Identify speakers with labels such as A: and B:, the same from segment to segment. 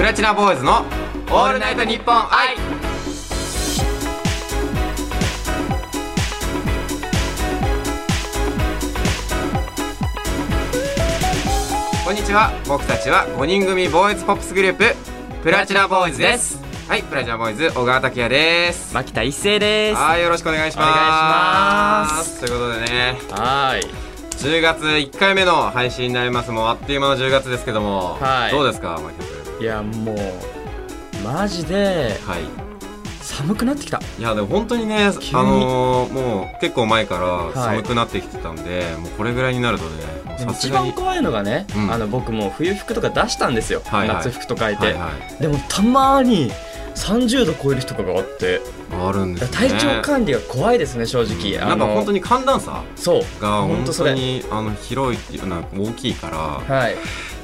A: ラチナボーイズの「オールナイトニッポン愛」こんにちは僕たちは5人組ボーイズポップスグループプラチナボーイズですはいプラチナボーイズ小川拓也です
B: 牧田一成です
A: はいよろしくお願いします
B: お願いします
A: ということでね
B: はい
A: 10月1回目の配信になりますもうあっという間の10月ですけども、
B: はい
A: どうですかマキ君
B: いやもうマジで
A: はい
B: 寒くなってきた
A: いやでも本当にねあ
B: 急に
A: のーもう結構前から
B: はい
A: 寒くなってきてたんで、もうこれぐらいになるとねもう
B: で
A: さ
B: も
A: す
B: 一
A: がに
B: 番怖いのがね、
A: うん
B: あの僕もう冬服とか出したんですよ、
A: はいはい
B: 夏服と書いて、
A: はいはい
B: でもたまに30度超える日とかがあって
A: あるんですね
B: 体調管理が怖いですね正直、あ
A: なんか
B: の
A: 本当に寒暖差
B: そう
A: が
B: ほ
A: 本
B: んとそ
A: 当
B: れ
A: にあの広いなんか大きいから
B: はい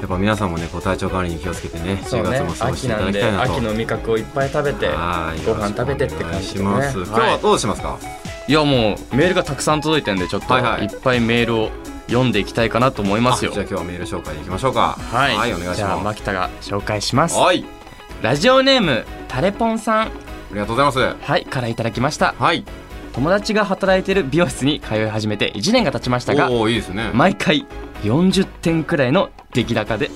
A: やっぱ皆さんもねこう体調管理に気をつけてね
B: そ
A: 10
B: うね
A: 月も過ご
B: 秋
A: していた
B: な
A: だ
B: ん
A: き
B: で
A: たいなと
B: 秋の味覚をいっぱい食べて
A: はい
B: ご飯食べてって感じでね
A: よろしくお願いします今日はどうしますか
C: いやもうメールがたくさん届いてんでちょっと
A: はいはい
C: いっぱいメールを読んでいきたいかなと思いますよ
A: あじゃあ今日はメール紹介に行きましょうか
C: はい
A: お願いし
C: じゃあ
A: ま
C: 牧田が紹介します
A: すはい
C: ラジオネームタレポンさん
A: ありがとうございま
C: はいからいただきました
A: すはい
C: 友達が働いてる美容室に通い始めて1年が経ちましたが
A: おおーいいですね
C: 毎回40点くらいの出来高で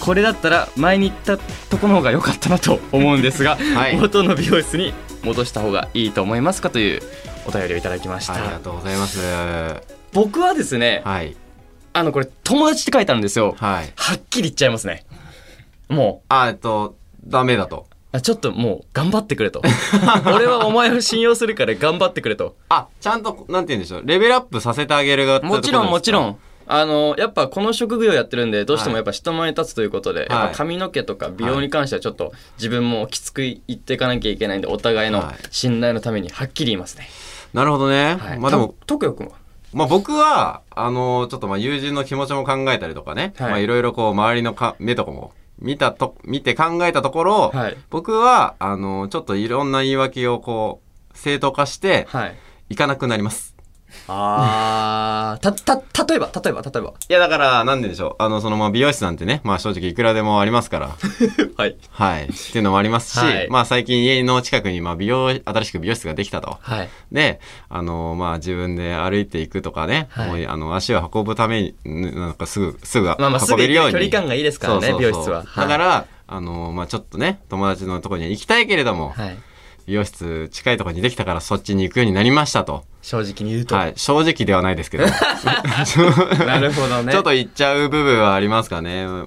C: これだったら前に行ったとこの方が良かったなと思うんですが、
A: はい
C: 元の美容室に戻した方がいいと思いますかというお便りをいただきました、
A: ありがとうございます
C: 僕はですね
A: はい
C: あのこれ友達って書いてあるんですよ
A: はい
C: はっきり言っちゃいますね。も
A: あえっとダメだと
C: う、あちょっともう頑張ってく れと。俺はお前を信用するから頑張ってくれと。
A: あちゃんとなんて言うんでしょうレベルアップさせてあげるが
C: もちろんもちろ
A: ん
C: ん。あの、やっぱこの職業やってるんで、どうしてもやっぱ人前に立つということで、
A: い
C: やっぱ髪の毛とか美容に関してはちょっと自分もきつく言っていかなきゃいけないんで、お互いの
A: はい
C: 信頼のためにはっきり言いますね。
A: なるほどね、
C: はい。
A: まあでも
C: と、徳也くんは
A: まあ、僕は、あのちょっとまあ友人の気持ちも考えたりとかね、
C: はい
A: まあいろいろこう周りのか目とかも見たと、見て考えたところ、
C: はい
A: 僕は、あのちょっといろんな言い訳をこう、正当化して、
C: はい。
A: 行かなくなります。
C: あー、た、た、例えば、例えば、例えば。
A: いや、だから、なんででしょう。あの、そのまあ美容室なんてね、まあ正直いくらでもありますから、
C: はい。
A: はい、っていうのもありますし、
C: はい
A: まあ最近家の近くにまあ美容、新しく美容室ができたと。
C: はい。
A: で、あのまあ自分で歩いていくとかね、
C: はい
A: もうあの足を運ぶために、んなんかすぐ、すぐ
C: まあまあ、す
A: 運
C: ぐ
A: べるよう
C: 行
A: に。
C: く距離感がいいですからね、美容室は。
A: だから、あのまあちょっとね、友達のところには行きたいけれども、
C: はい、はい。
A: 美容室近いところにできたからそっちに行くようになりましたと。
C: 正直に言うと。
A: はい、正直ではないですけど。
C: なるほど ね。
A: ちょっと行っちゃう部分はありますかね。ま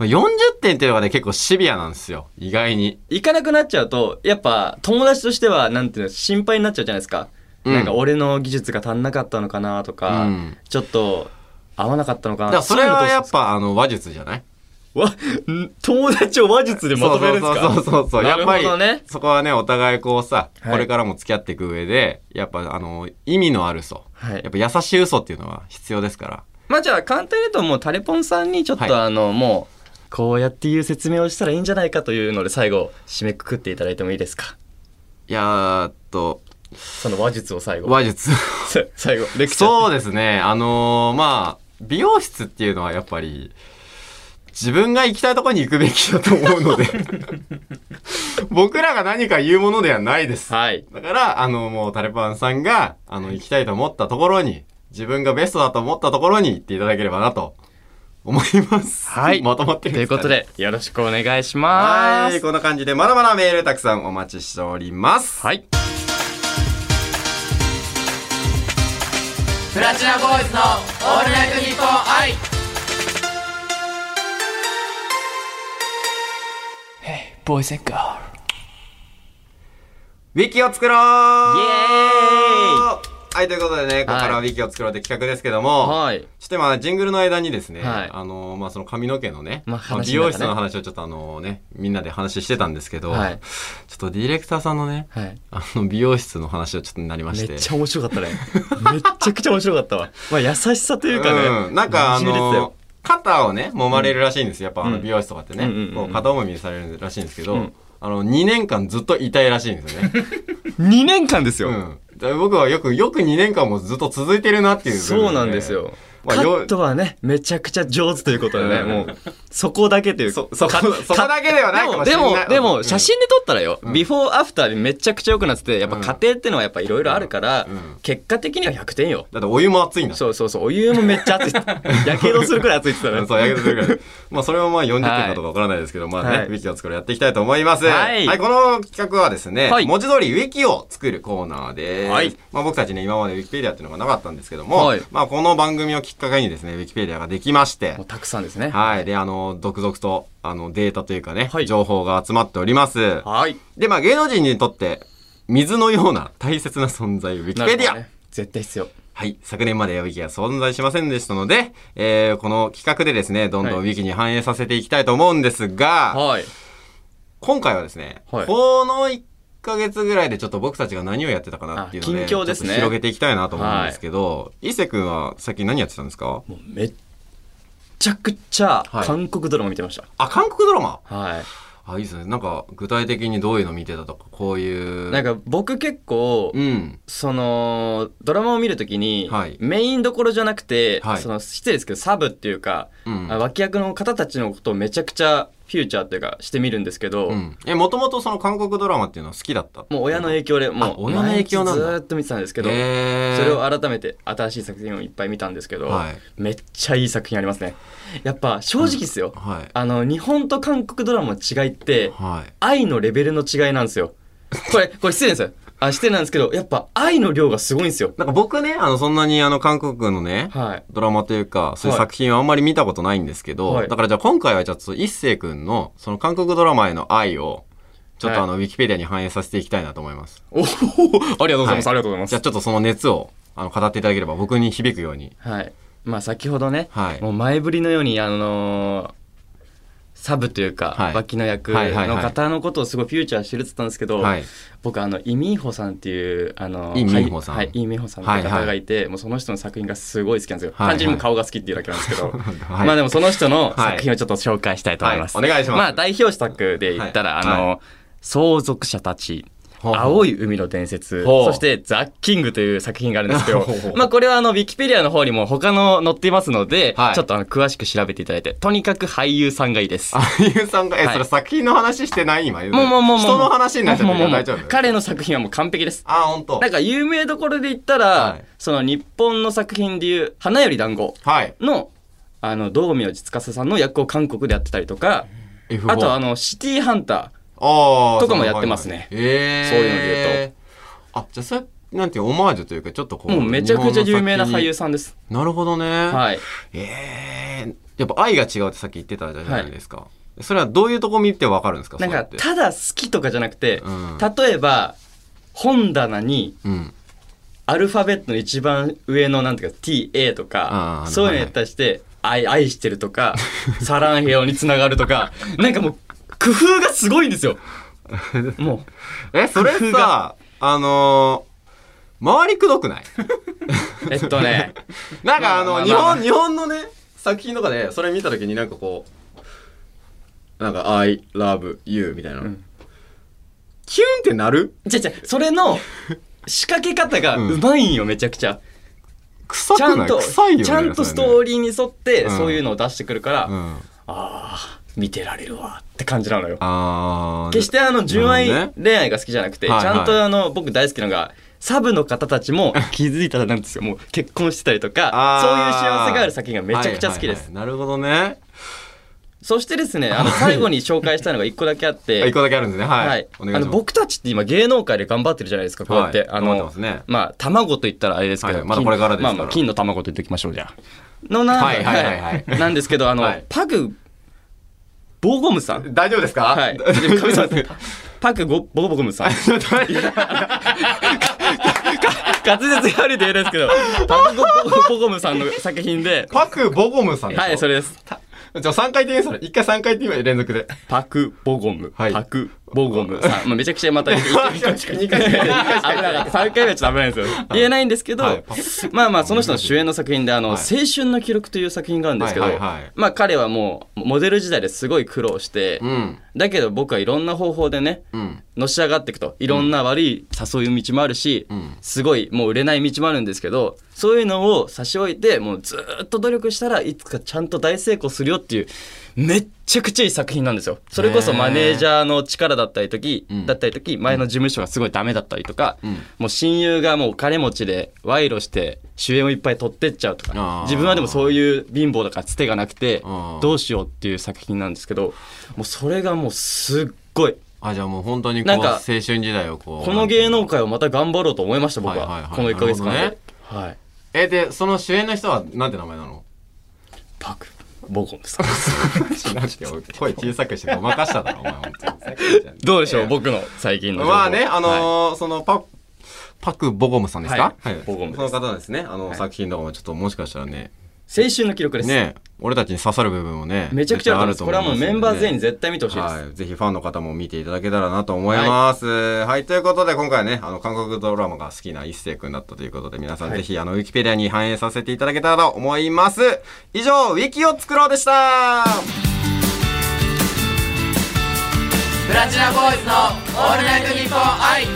A: あ40点っていうのがね、結構シビアなんですよ。意外に。
C: 行かなくなっちゃうとやっぱ友達としてはなんていうの心配になっちゃうじゃないですか、
A: うん
C: なんか俺の技術が足んなかったのかなとか、
A: うん
C: ちょっと合わなかったのか
A: だ
C: な
A: からそれはや
C: ぱ
A: っぱ、あの、話術じゃない
C: わん友達を話術でまとめるんですか
A: そうそうそうそうそう。
C: な
A: やっ
C: る
A: ぱ
C: ほ
A: り
C: どね、
A: そこはね、お互いこうさ、
C: はい
A: これからも付き合っていく上で、やっぱ、あの、意味のある嘘。
C: は
A: や
C: い
A: っ、ぱ優しい嘘っていうのは必要ですから。
C: まあじゃあ簡単に言うともうタレポンさんにちょっと、
A: はい
C: あのもうこうやっていう説明をしたらいいんじゃないかというので最後締めくくっていただいてもいいですか
A: いやーっと、
C: その話術を最後
A: 話 術。
C: さ最後レクチャー
A: そうですね。あのーまあ、美容室っていうのはやっぱり、自分が行きたいところに行くべきだと思うの で、僕らが何か言うものではないです。
C: はい
A: だから、あの、もうタレパンさんが、あの、行きたいと思ったところに、自分がベストだと思ったところに行っていただければなと、思います。
C: はい
A: まとまってるん
C: と
A: で
C: いう
A: すか
C: こ
A: ね
C: と。でよろしくお願いしま
A: はい、
C: す
A: こんな感じで、まだまだメールたくさんお待ちしております。
C: はい
A: プラチナボーイズのオールナイトニッポン愛
C: ボイセガー
A: ウィキを作ろうイエ
C: ー
A: はい、ということでね、ここからはウィキを作ろうって企画ですけども、
C: はい。
A: ちょっと今、ジングルの間にですね、
C: はい
A: あのーまあ、その髪の毛のね、
C: まあ
A: 美
C: 話の中ね
A: 容室の話をちょっとあのね、みんなで話してたんですけど、
C: はい
A: ちょっとディレクターさんのね、
C: はい。
A: あの、美容室の話をちょっとになりまして。
C: めっちゃ面白かったね。めっちゃくちゃ面白かっ たわ。まあ優しさというかね。
A: うん、なんかあ
C: 滲み出てた
A: の
C: よ
A: 肩をね揉まれるらしいんですよやっぱあの
C: うん
A: 美容師とかってね、
C: うんうんうん
A: こう肩もみされるらしいんですけど、
C: うん
A: あの2年間ずっと痛いらしいんですよね、
C: 2年間です
A: う
C: よ。
A: ん、だ僕はよく、よく2年間もずっと続いてるなっていう、
C: そうなんです。よ。
A: まあ
C: カ
A: よ
C: ットはね、めちゃくちゃ上手ということでね、
A: うん
C: もう、そこだけという
A: そ、そこ、
C: か
A: そこだけではないかもし
C: で
A: れ
C: も
A: ない。、
C: で
A: う
C: も、
A: ん
C: 写。真で撮ったらよ、
A: うん
C: ビフォーアフターでめちゃくちゃ良くなってて、やっぱ
A: うん
C: 家庭ってのはやっぱいろいろあるから
A: うんうん、
C: 結果的には100点よ。
A: だってお湯も熱いんだ。
C: そうそうそう、お湯もめっちゃ熱い。 やけどするくらい熱いって言ってた
A: そう、やけどするからい。まあ、それもまあ40点かとかわからないですけど、まあね、
C: はい
A: ウィキを作るやっていきたいと思います。
C: はい
A: この企画はですね、
C: はい
A: 文字通りウィキを作るコーナーです。
C: はい
A: まあ、僕たちね、今までウィキペディアっていうのがなかったんですけども、
C: はい
A: まあ、この番組をきっかけにですね、ウィキペディアができまして
C: もう、たくさんですね。
A: はい。で、あの、続々と、あの、データというかね、
C: はい
A: 情報が集まっております。
C: はい。
A: で、まあ、芸能人にとって、水のような大切な存在、ウィキペディア。
C: なるほどね絶対必要。
A: はい。昨年までウィキは存在しませんでしたので、えー、この企画でですね、どんどんウ
C: は
A: ィキに反映させていきたいと思うんですが、
C: はい。
A: 今回はですね、
C: はい
A: この1ヶ月ぐらいでちょっと僕たちが何をやってたかなっていうので、
C: あ近況ですね
A: ちょっと広げていきたいなと思うんですけど、伊勢くんは最近何やってたんですか
C: もうめっちゃくちゃ
A: はい
C: 韓国ドラマ見てました。
A: あ、韓国ドラマ
C: はい。
A: あ、いいですね。なんか、具体的にどういうの見てたとか、こういう。
C: なんか僕結構、
A: うん。
C: そのドラマを見るときに、
A: はい
C: メインどころじゃなくて、
A: はい
C: その失礼ですけどサブっていうか、
A: うん
C: あ脇役の方たちのことをめちゃくちゃフューチャーっていうかしてみるんですけど、
A: うん。え、もともとその韓国ドラマっていうのは好きだった
C: もう親の影響でもう
A: 親の影響なんだ
C: 毎日ずーっと見てたんですけど、
A: えー
C: それを改めて新しい作品をいっぱい見たんですけど、
A: はい
C: めっちゃいい作品ありますね。やっぱ正直ですよ、
A: はい。
C: あの日本と韓国ドラマの違いって
A: はい。
C: 愛のレベルの違いなんですよ。これこれ失礼ですよ。あ失礼なんですけどやっぱ愛の量がすごいんですよ。
A: なんか僕ね、あの、そんなにあの、韓国のね、
C: はい。
A: ドラマというか、そういう
C: はい
A: 作品はあんまり見たことないんですけど、
C: はい
A: だからじゃあ今回はじゃあちょっと一星くんの、その韓国ドラマへの愛を、ちょっとあの、ウィキペディアに反映させていきたいなと思います。
C: おお、ありがとうございます。
A: は
C: ありがとうございま
A: じゃあ
C: す。
A: ちょっとその熱を、あの、語っていただければ僕に響くように。
C: はい。まあ先ほどね、
A: はい
C: もう前振りのようにあのーサブというか、
A: はい
C: 脇の役
A: はいはいは
C: の
A: い
C: 方のことをすごいフューチャーしてるって言ったんですけど、
A: はい。
C: 僕あのイ・ミンホさんっていうあの
A: イミンホさん
C: はい、イ・ミンホさんっていう
A: はいは
C: 方
A: い
C: がいて、もうその人の作品がすごい好きなんですよ。
A: はいはい
C: 単純にもう顔が好きっていうだけなんですけど、
A: はい
C: まあでもその人
A: は
C: の
A: い
C: 作品をちょっと紹介したいと思います。
A: はいお願いします
C: まあ代表作で言ったら、
A: はい
C: あの、相続者たち。
A: ほうほう
C: 青い海の伝説
A: ほう
C: そして「ザ・キング」という作品があるんですけど
A: ほうほう
C: まあこれはあのウィキペディアの方にも他の載っていますので、
A: はい
C: ちょっとあの詳しく調べていただいてとにかく俳優さんがいいです
A: あゆうさんが、え、
C: はい
A: それ作品の話してない今
C: もうもうもうもう
A: 人の話になっちゃってる
C: もう
A: か
C: もうも
A: ら
C: う
A: 大丈夫
C: 彼の作品はもう完璧です
A: あ、ほんと
C: なん。か有名どころで言ったら、
A: はい
C: その日本の作品でいう「花より団子
A: はい。
C: の」あの道明寺司さんの役を韓国でやってたりとか
A: F4
C: あとあの「シティハンタ
A: ああ
C: とかもやってますね
A: ええ
C: そういうので言
A: うと。あ、じゃあそれ、なんていうオマージュというか、ちょっとこ
C: ー」
A: う。
C: もうめちゃくちゃ有名な俳優
A: 日
C: さんです
A: 本の作品に。なるほどね。
C: はい
A: ええやっぱ愛が違うってさっき言ってたじゃないですか。それはどういうとこ見てわかるんですか
C: なんか
A: それって
C: ただ好きとかじゃなくて、
A: うん
C: 例えば本棚に
A: うん。
C: アルファベットの一番上のなんていうか TA と
A: あ
C: か
A: ー
C: そういうのやったりして「愛愛してる」とか「サランヘヨ」につながる とかなんかもう工夫がすごいんですよも
A: え、それ
C: 工夫
A: さ、あのー、回りくどく ない
C: うえっと ね
A: なんかあ
C: ま
A: の、
C: あまあ
A: 日
C: まあまあ
A: 本、日本のね、作品とかで、それ見たときになんかこう、なんか、I love you みたいな。
C: ん
A: キュンってなる
C: じゃじゃそれの仕掛け方がうまいんよ、めちゃくちゃ。
A: 臭
C: ちゃ
A: くなんい
C: と、
A: 臭いよね。
C: ちゃんとス
A: そ
C: ト
A: れね
C: ーリーに沿って、
A: うん
C: そういうのを出してくるから、あ
A: うん。
C: あー、見てられるわって感じなのよ。
A: あー
C: 決してあの、純愛
A: なるほ
C: 恋愛が好きじゃなくて、
A: はいはい
C: ちゃんとあの、僕大好きなのが、サブの方たち も気づいたらなんですよ。もう結婚してたりとか、
A: あー
C: そういう幸せがある作品がめちゃくちゃ好きです。
A: はいはいはいなるほどね。
C: そしてですね、あの、最後に紹介したいのが一個だけあっ
A: あ一
C: て、
A: 個だけあるんですね。 はい。
C: はい。
A: お願い
C: あ
A: し
C: の、
A: ます。
C: 僕たちって今芸能界で頑張ってるじゃないですか、こうやって。
A: はい
C: あ
A: 頑張って
C: の
A: ますね、
C: まあ、卵と言ったらあれですけど、
A: はいまだこれからですから
C: 金まあまあ、金の卵と言っておきましょう、じゃあ。のな、
A: はいはいはいはい
C: はいなんですけど、あの、
A: はい
C: パグ、ボーゴムさん。
A: 大丈夫ですか
C: はい。でも神様ですパグゴ、ボーゴムさん。滑舌が悪いと言えないですけど、パグゴ、ボーゴムさんの作品で、
A: パク・ボゴムさんでしょ
C: はい、それです。
A: じゃあ3回転それ。一回3回転連続で。
C: パクボゴム、
A: はい
C: パク
D: ボゴムさん、まあ、めちゃくちゃまた言って
E: 確かに2回目
D: 危なかった3回目はちょっと危ないんですよ言えないんですけど、
A: はい
D: まあまあその人の主演の作品で「あの
A: は
D: 青
A: い
D: 春の記録」という作品があるんですけど、
A: はいはいはい
D: まあ彼はもうモデル時代ですごい苦労して、
A: うん
D: だけど僕はいろんな方法でね
A: うん
D: のし上がっていくといろんな悪い誘う道もあるし、
A: うん
D: すごいもう売れない道もあるんですけどそういうのを差し置いてもうずーっと努力したらいつかちゃんと大成功するよっていうめっちゃくちゃいい作品なんですよそれこそマネージャーの力だったり時、
A: うん
D: だったり時前の事務所がすごいダメだったりとか、
A: うん
D: もう親友がもうお金持ちで賄賂して主演をいっぱい取ってっちゃうと
A: あ
D: か
A: ー
D: 自分はでもそういう貧乏だからつてがなくて
A: あー
D: どうしようっていう作品なんですけどもうそれがもうすっごい
A: あじゃあもう本当にこう
D: なんか
A: 青春時代をこう
D: この芸能界をまた頑張ろうと思いました僕は,、
A: はいはいはい
D: この1か月間で、
A: なる
D: はい
A: えでその主演の人はなんて名前な の
D: パクボコン さん
A: なんて声小さくしてごまかしただろお前本当に
D: どうでしょう僕の最近の情報
A: まあね、あの
D: はい
A: ーそのパ、パク・ボゴムさんですか
D: はいボゴムです
A: その方ですね、あの、作品とかもちょっともしかしたらね、
D: 青春の記録です、
A: ね、俺たちに刺さる部分もね、
D: めちゃくちゃあると思いますこれはもうメンバー全員
A: に
D: 絶対見てほしいです、
A: はい、ぜひファンの方も見ていただけたらなと思います。はい、ということで今回はね、あの、韓国ドラマが好きな一星くんだったということで、皆さんぜひ、あの、ウィキペディアに反映させていただけたらと思います。以上、ウィキを作ろうでした
C: プラチナボーイズのオールナイトニッポン愛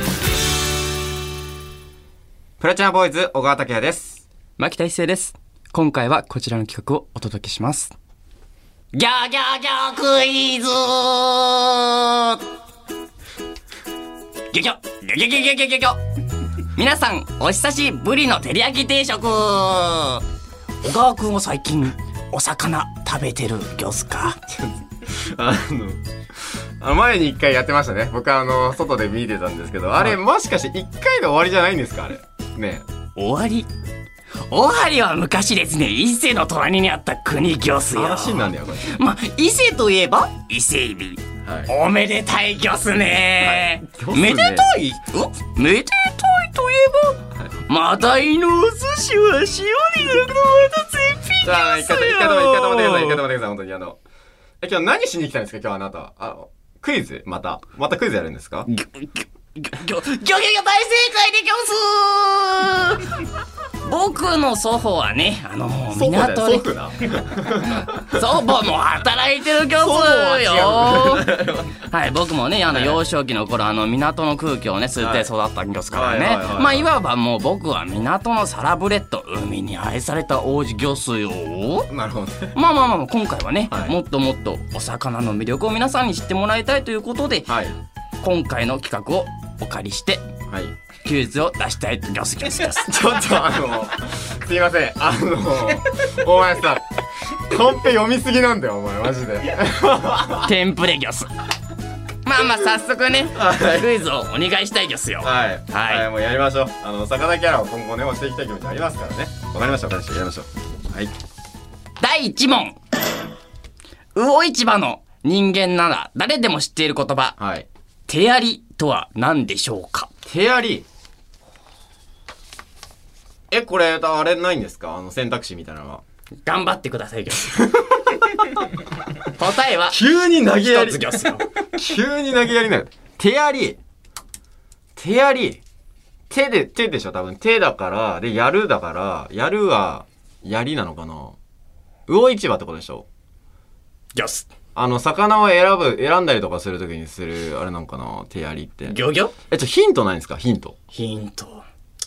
A: プラチナボーイズ、小川拓也です。
D: 牧田一成です今回はこちらの企画をお届けします
C: ギャーギャーギャークイズギョギョギョギョギョギョギョギョギョ皆さんお久しぶりの照り焼き定食小川くんは最近お魚食べてるギョスか
A: あの、あの前に一回やってましたね。僕あの、外で見てたんですけど、あれ、もしかして一回で終わりじゃないんですかあれ。ね
C: 終わり終わりは昔ですね伊勢の隣にあった国ギョス
A: え。
C: よ
A: 話になんだよ、これ。
C: まあ伊勢といえば伊勢エビ
A: はい。
C: おめでたいギョスね,、
A: はいギョスね
C: めでたいおめでたいといえばまたいのお寿司は塩に塗るのまた絶品
A: じゃあ、一回とも、一回とも、一回ともでください、一回と
C: も
A: もでください、本当にあの。え、今日何しに来たんですか今日あなたは。あの、クイズまた。またクイズやるんですか
C: ギョギョギョギョギョギョギョ大正解でギョス僕の祖父はねあの
A: 祖父だよ、
C: 港で
A: 祖父だ。
C: 祖母も働いてる教室よはい僕もねあの幼少期の頃あの港の空気をね吸って育ったんですから
A: は
C: ね
A: いはいはいはい
C: まあいわばもう僕は港のサラブレッド海に愛された王子魚スよ
A: なるほどね。
C: まあまあまあ今回はね、
A: はい
C: もっともっとお魚の魅力を皆さんに知ってもらいたいということで、
A: はい。
C: 今回の企画をお借りして
A: はい。
C: クイズを出したいとギョスギョスギ ョス
A: ちょっとあの、 すいません。あの、お前さ、カンペ読みすぎなんだよ、お前、マジで。
C: テンプレギョスまあまあ早速ね、クイズをお願いしたいギョスよ
A: はい、
C: はい
A: もうやりましょうあの魚キャラを今後ね押していきたい気持ちありますからねわかりました私やりましょうはい
C: 第1問魚市場の人間なら誰でも知っている言葉
A: はい
C: 「手やり」とは何でしょうか
A: 手やりえこれあれないんですかあの選択肢みたいなのは
C: 頑張ってくださいギョ ス答えは
A: 急に投げや
C: 一
A: り
C: つギョスよ
A: 急に投げやりなの手やり手やり手で手でしょ多分手だからでやるだからやるはやりなのかな魚市場ってことでしょ
C: ギョス
A: あの魚を選ぶ選んだりとかするときにするあれなんかな手やりって
C: ギョギョ
A: え、ちょ、ヒントないんですかヒント。
C: ヒント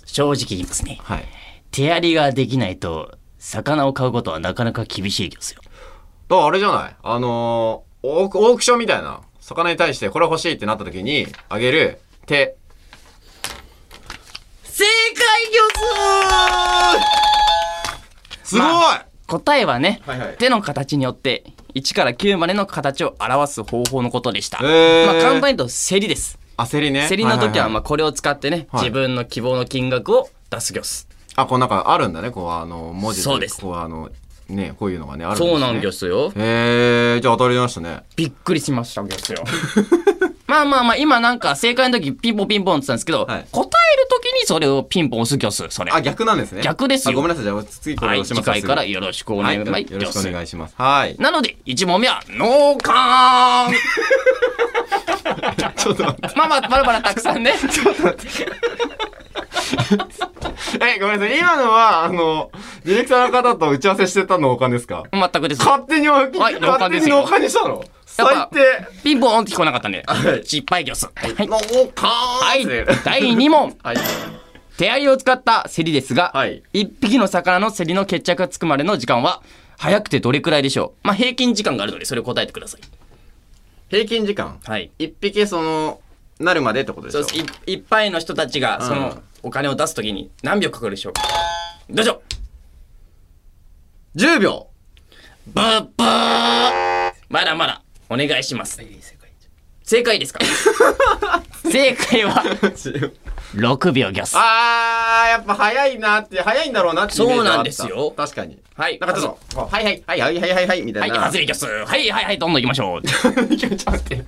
C: 正直言いますね
A: はい。
C: 手やりができないと魚を買うことはなかなか厳しいギョスよ
A: だからあれじゃないあのー、オーク、オークションみたいな。魚に対してこれ欲しいってなった時に、あげる手。
C: 正解ギョス
A: すごい、
C: ま答えはね、
A: はいはい
C: 手の形によって1から9までの形を表す方法のことでした、
A: へー
C: まあ簡単に言うと競りです
A: 焦りね。
C: 競りの時はま
A: ま
C: あこれを使ってね、
A: はい
C: 自分の希望の金額を出すギョス、
A: あ、こうなんかあるんだね。こう、あの、文字とい
C: そうです
A: こう、あの、ね、こういうのがね、あるんですね。
C: そうなんギョスよ
A: へえー、じゃあ当たりましたね。
C: びっくりしましたギョ スよまあまあまあ今なんか正解の時ピンポンピンポンって言ったんですけど、
A: はい
C: 答える時にそれをピンポン押すギョスそれ
A: あ、逆なんですね。
C: 逆ですよ
A: あごめんなさい。じゃあ次こ
C: は
A: れ
C: い
A: 押し
C: 次
A: ます。
C: 回から
A: よ
C: よろしくお
A: ろ
C: 願い
A: し
C: し
A: く。
C: ます、
A: はい。よろしくお 願いします。はい。
C: なので1問目は脳幹
A: ちょっと待って
C: まあまあバラバラたくさ んね
A: えごめんなさい今のはあのディレクターの方と打ち合わせしてたのおかんですか
C: 全くです
A: 勝手におき、
C: はい農
A: 勝
C: 家
A: 手
C: です
A: に
C: よ
A: おかんにしたの
C: やっ
A: 最
C: ぱ
A: 低
C: ピンポーンって聞こえなかったんで失敗ギョスはい
A: のおか
C: は
A: ん
C: い第2問
F: はい
C: 手ありを使った競りですが、
F: はい
C: 一匹の魚の競りの決着がつくまでの時間は早くてどれくらいでしょうまあ平均時間があるのでそれを答えてください
A: 平均時間
C: はい
A: 一匹そのなるまでってことでし
C: そう
A: ょ
C: ですいいっぱいの人たちがその、
A: うん
C: お金を出すときに何秒かかるでしょうかどうぞ
A: 10秒
C: ブーブーまだまだお願いします正解 ですか正解は6秒ギャス
A: あーやっぱ早いなって早いんだろうなってイメージはあった
C: そうなんですよ
A: 確かに
C: はい
A: なんかちょっとはいはいはいはいはいはいはいみた
C: はいい
A: な
C: 外れギャスはいはいはいどんどん行きましょう
A: ちょっと待って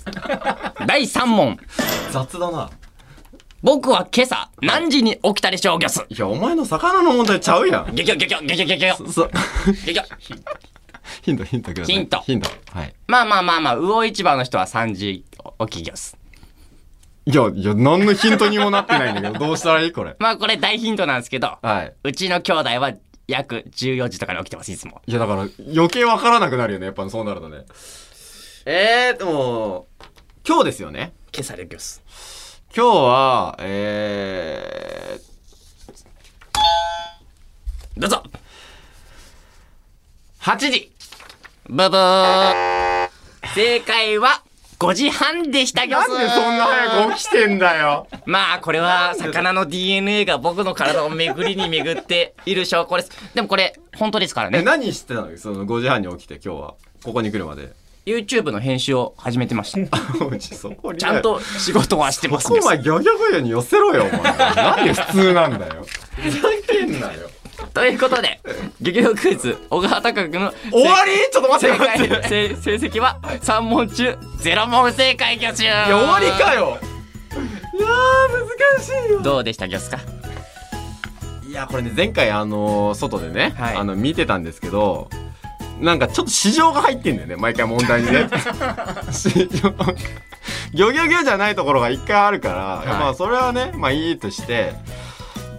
C: 第3問
A: 雑だな
C: 僕は今朝何時に起きたでしょうギャス
A: いやお前の魚の問題ちゃうやん
C: ギョギョギョギョギョギョギョギョ
A: そ
C: ギョギョ
A: ヒントヒントください
C: ヒント
A: ヒントはい
C: まあまあまあまあ魚市場の人は3時起きギャス
A: いやいや何のヒントにもなってないん だけどどうしたらいいこれ
C: まあこれ大ヒントなんですけど
A: はいう
C: ちの兄弟は約14時とかに起きてますいつも
A: いやだから余計わからなくなるよねやっぱそうなるとねえー、でも今日ですよね
C: 消されギョス
A: 今日はえー、
C: どうぞ
A: 8時
C: ブブー正解は5時半でしたギョ
A: なん
C: ス
A: でそんな早く起きてんだよ
C: まあこれは魚の DNA が僕の体を巡りに巡っている証拠ですでもこれ本当ですか ら
A: え
C: ね
A: 何してたのその5時半に起きて今日はここに来るまで
C: YouTube の編集を始めてました
A: うちそこに
C: ちゃんと仕事はしてます
A: そこお前ギョギョギョに寄せろよお前なんで普通なんだよふざけんなよ
C: ということで「漁業クイズ」小川隆君の
A: 終わりちょっと待っ
C: 正
A: て待って
C: 解せ成績は3問中0問正解魚種いや
A: いや終わりかよいやー難しいよ
C: どうでした魚種か
A: いやこれね前回あのー外でね、
C: はい
A: あの見てたんですけどなんかちょっと市場が入ってんだよね毎回問題にね 市場ギョギョギョじゃないところが一回あるから、
C: い
A: まあそれはねまあいいとして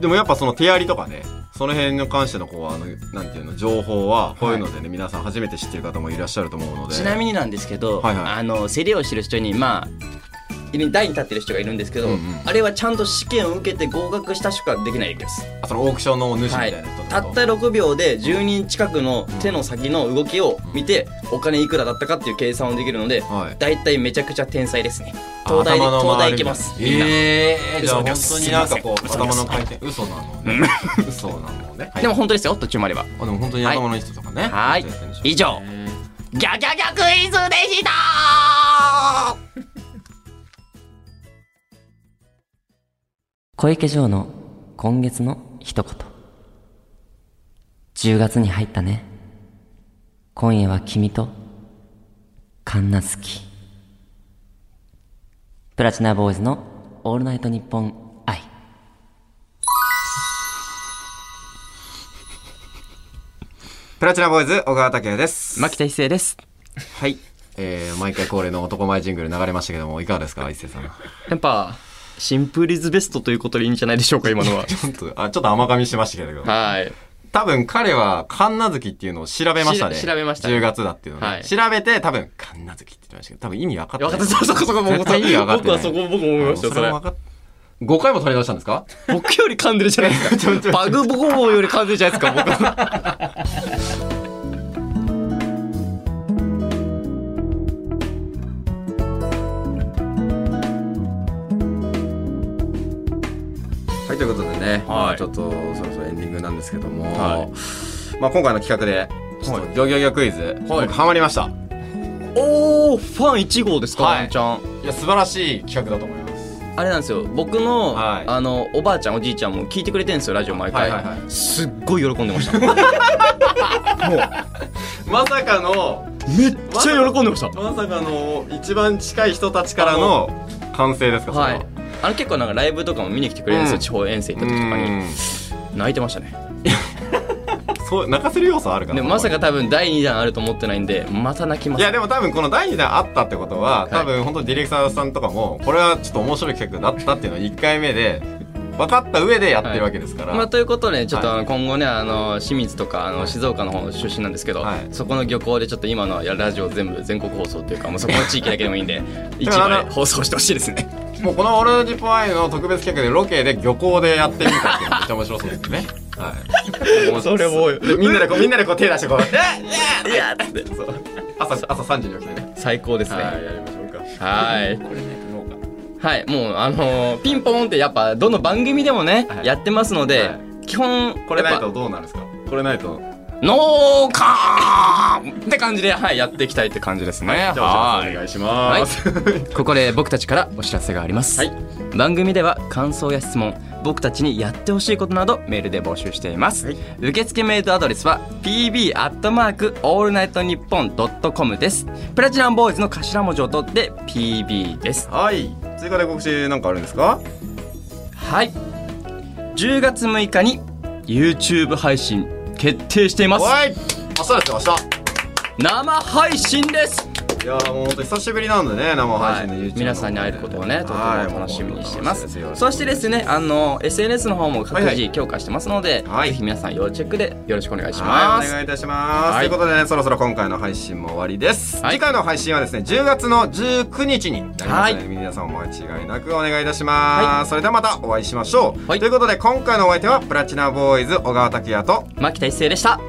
A: でもやっぱその手やりとかねその辺の関してのこうあのなんていうの情報はこういうのでね、皆さん初めて知ってる方もいらっしゃると思うので
C: ちなみになんですけど、
A: はいはい
C: あの競りをしてる人にまあいる台に立ってる人がいるんですけど、
A: うんうん
C: あれはちゃんと試験を受けて合格したしかできないです、
A: あそのオークションの主みた
C: はいい
A: な人と、
C: た
A: か
C: った6秒で10人近くの手の先の動きを見てお金いくらだったかっていう計算をできるので、
A: はい
C: だいたいめちゃくちゃ天才ですね東大東大行けますみんな
A: ええー、じゃあ
C: 嘘で
A: 本
C: す
A: 当になんかこう
C: すいません
A: 頭の回転嘘なのね嘘なのね、はい
C: でも本当ですよ途中までは
A: あでも本当に頭のいい人とかね
C: はい
A: やってるんでしょうね
C: 以上ギャギャギャクイズでした
G: 小池城の今月の一言10月に入ったね今夜は君とカンナ好きプラチナボーイズの「オールナイトニッポン愛
A: プラチナボーイズ小川拓也です
C: 牧田一成です
A: はいえー、毎回恒例の男前ジングル流れましたけどもいかがですか一斉さん
F: やっぱシンプルイズベストということでいいんじゃないでしょ うか今のは
A: ちょっとあちょっと甘噛みしましたけど
F: はい
A: 多分彼は神奈月っていうのを調べましたね
F: し調べました
A: 10月だっていうのをね、
F: はい
A: 調べて多分神奈月って言ってましたけど多分意味分かってない
F: 分かったそこそこそこもう
A: 絶対意味分かって
F: 僕
A: ない
F: はそこ僕も思いましたよ
A: あ
F: それ
A: も分かっ5回も取り直したんですか
F: 僕より噛んでるじゃない ですかバグボコボコより噛んでるじゃないですか僕は
A: はいということでね、まあちょっとそろそろエンディングなんですけども、まあ、今回の企画でちょっと「ギョギョギョクイズ」
F: はい
A: 僕ハマりました
F: おーファン1号ですか、
A: はい
F: ワンちゃん
A: いや素晴らしい企画だと思います
F: あれなんですよ僕の,、
A: はい
F: あのおばあちゃんおじいちゃんも聞いてくれてるんですよラジオ毎回、
A: はいはいはい
F: すっごい喜んで ましためっ
A: まさかの
F: ちゃ喜んでました
A: まさかの一番近い人たちからの完成ですかそれ
F: は
A: はい
F: あの結構なんかライブとかも見に来てくれるんですよ、
A: うん
F: 地方遠征行った時とかに泣いてましたね
A: そう泣かせる要素あるかな
C: でもまさか多分第2弾あると思ってないんでまた泣きま
A: い
C: す
A: やでも多分この第2弾あったってことは多分本当ディレクターさんとかもこれはちょっと面白い企画だったっていうのを1回目で分かった上でやってるわけですから、
C: まあ、ということでちょっとあ
A: は
C: の今後ねあの清水とかあの静岡の方の出身なんですけど、
A: はい
C: そこの漁港でちょっと今のラジオ全部全国放送というかもうそこの地域だけでもいい んで一
A: あ
C: 番
A: の
C: 放送してほしいですね。
A: もうこの「オールジップアイ」の特別企画でロケで漁港でやってみたっていうのめっちゃ面白そうですね。はい、
B: それ もう
A: でみんなでこうみんなでこう手出してこう「えっえっ!」い やってそう朝朝3時に起きてね。
C: 最高ですね。
A: はいやりましょうか。
C: はい
A: これねもうか
C: はい、もうあのーピンポーンってやっぱどの番組でもね、
A: はい
C: やってますので、
A: は
C: 基本
A: これな
C: や
A: い
C: っぱ
A: とどうなるんですかこれないと
C: ノーカーンって感じで、はい、やっていきたいって感じですね。
A: じゃあお知ら
C: は
A: せお
C: い
A: 願いします。
C: ここで僕たちからお知らせがあります、
A: はい
C: 番組では感想や質問僕たちにやってほしいことなどメールで募集しています、
A: はい
C: 受付メールアドレスは pb アットマークオールナイトニッポンドットコムですプラチナボーイズの頭文字を取って pb です
A: はい追加で告知なんかあるんですか
C: はい10月6日に YouTube 配信決定しています
A: い明日ですよ明日
C: 生配信です
A: いやーもう本当久しぶりなんでね生配信の YouTube の方で、
C: はい、皆さんに会えることをねとても楽しみにしてます、
A: はいもう
C: そしてですねあの SNS の方も各
A: はいは
C: 自強化してますので、
A: はい
C: ぜひ皆さん要チェックでよろしくお願いしま
A: はい、お
C: す
A: 願いいたします、
C: はい
A: ということでねそろそろ今回の配信も終わりです、
C: はい
A: 次回の配信はですね10月の19日になりますので、
C: はい
A: 皆さんお間違いなくお願いいたします、それではまたお会いしましょう、
C: はい
A: ということで今回のお相手はプラチナボーイズ小川拓也と
C: 牧田一成でした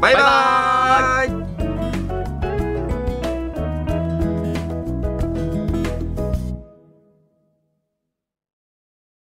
A: バイバ
C: バ
A: ーイ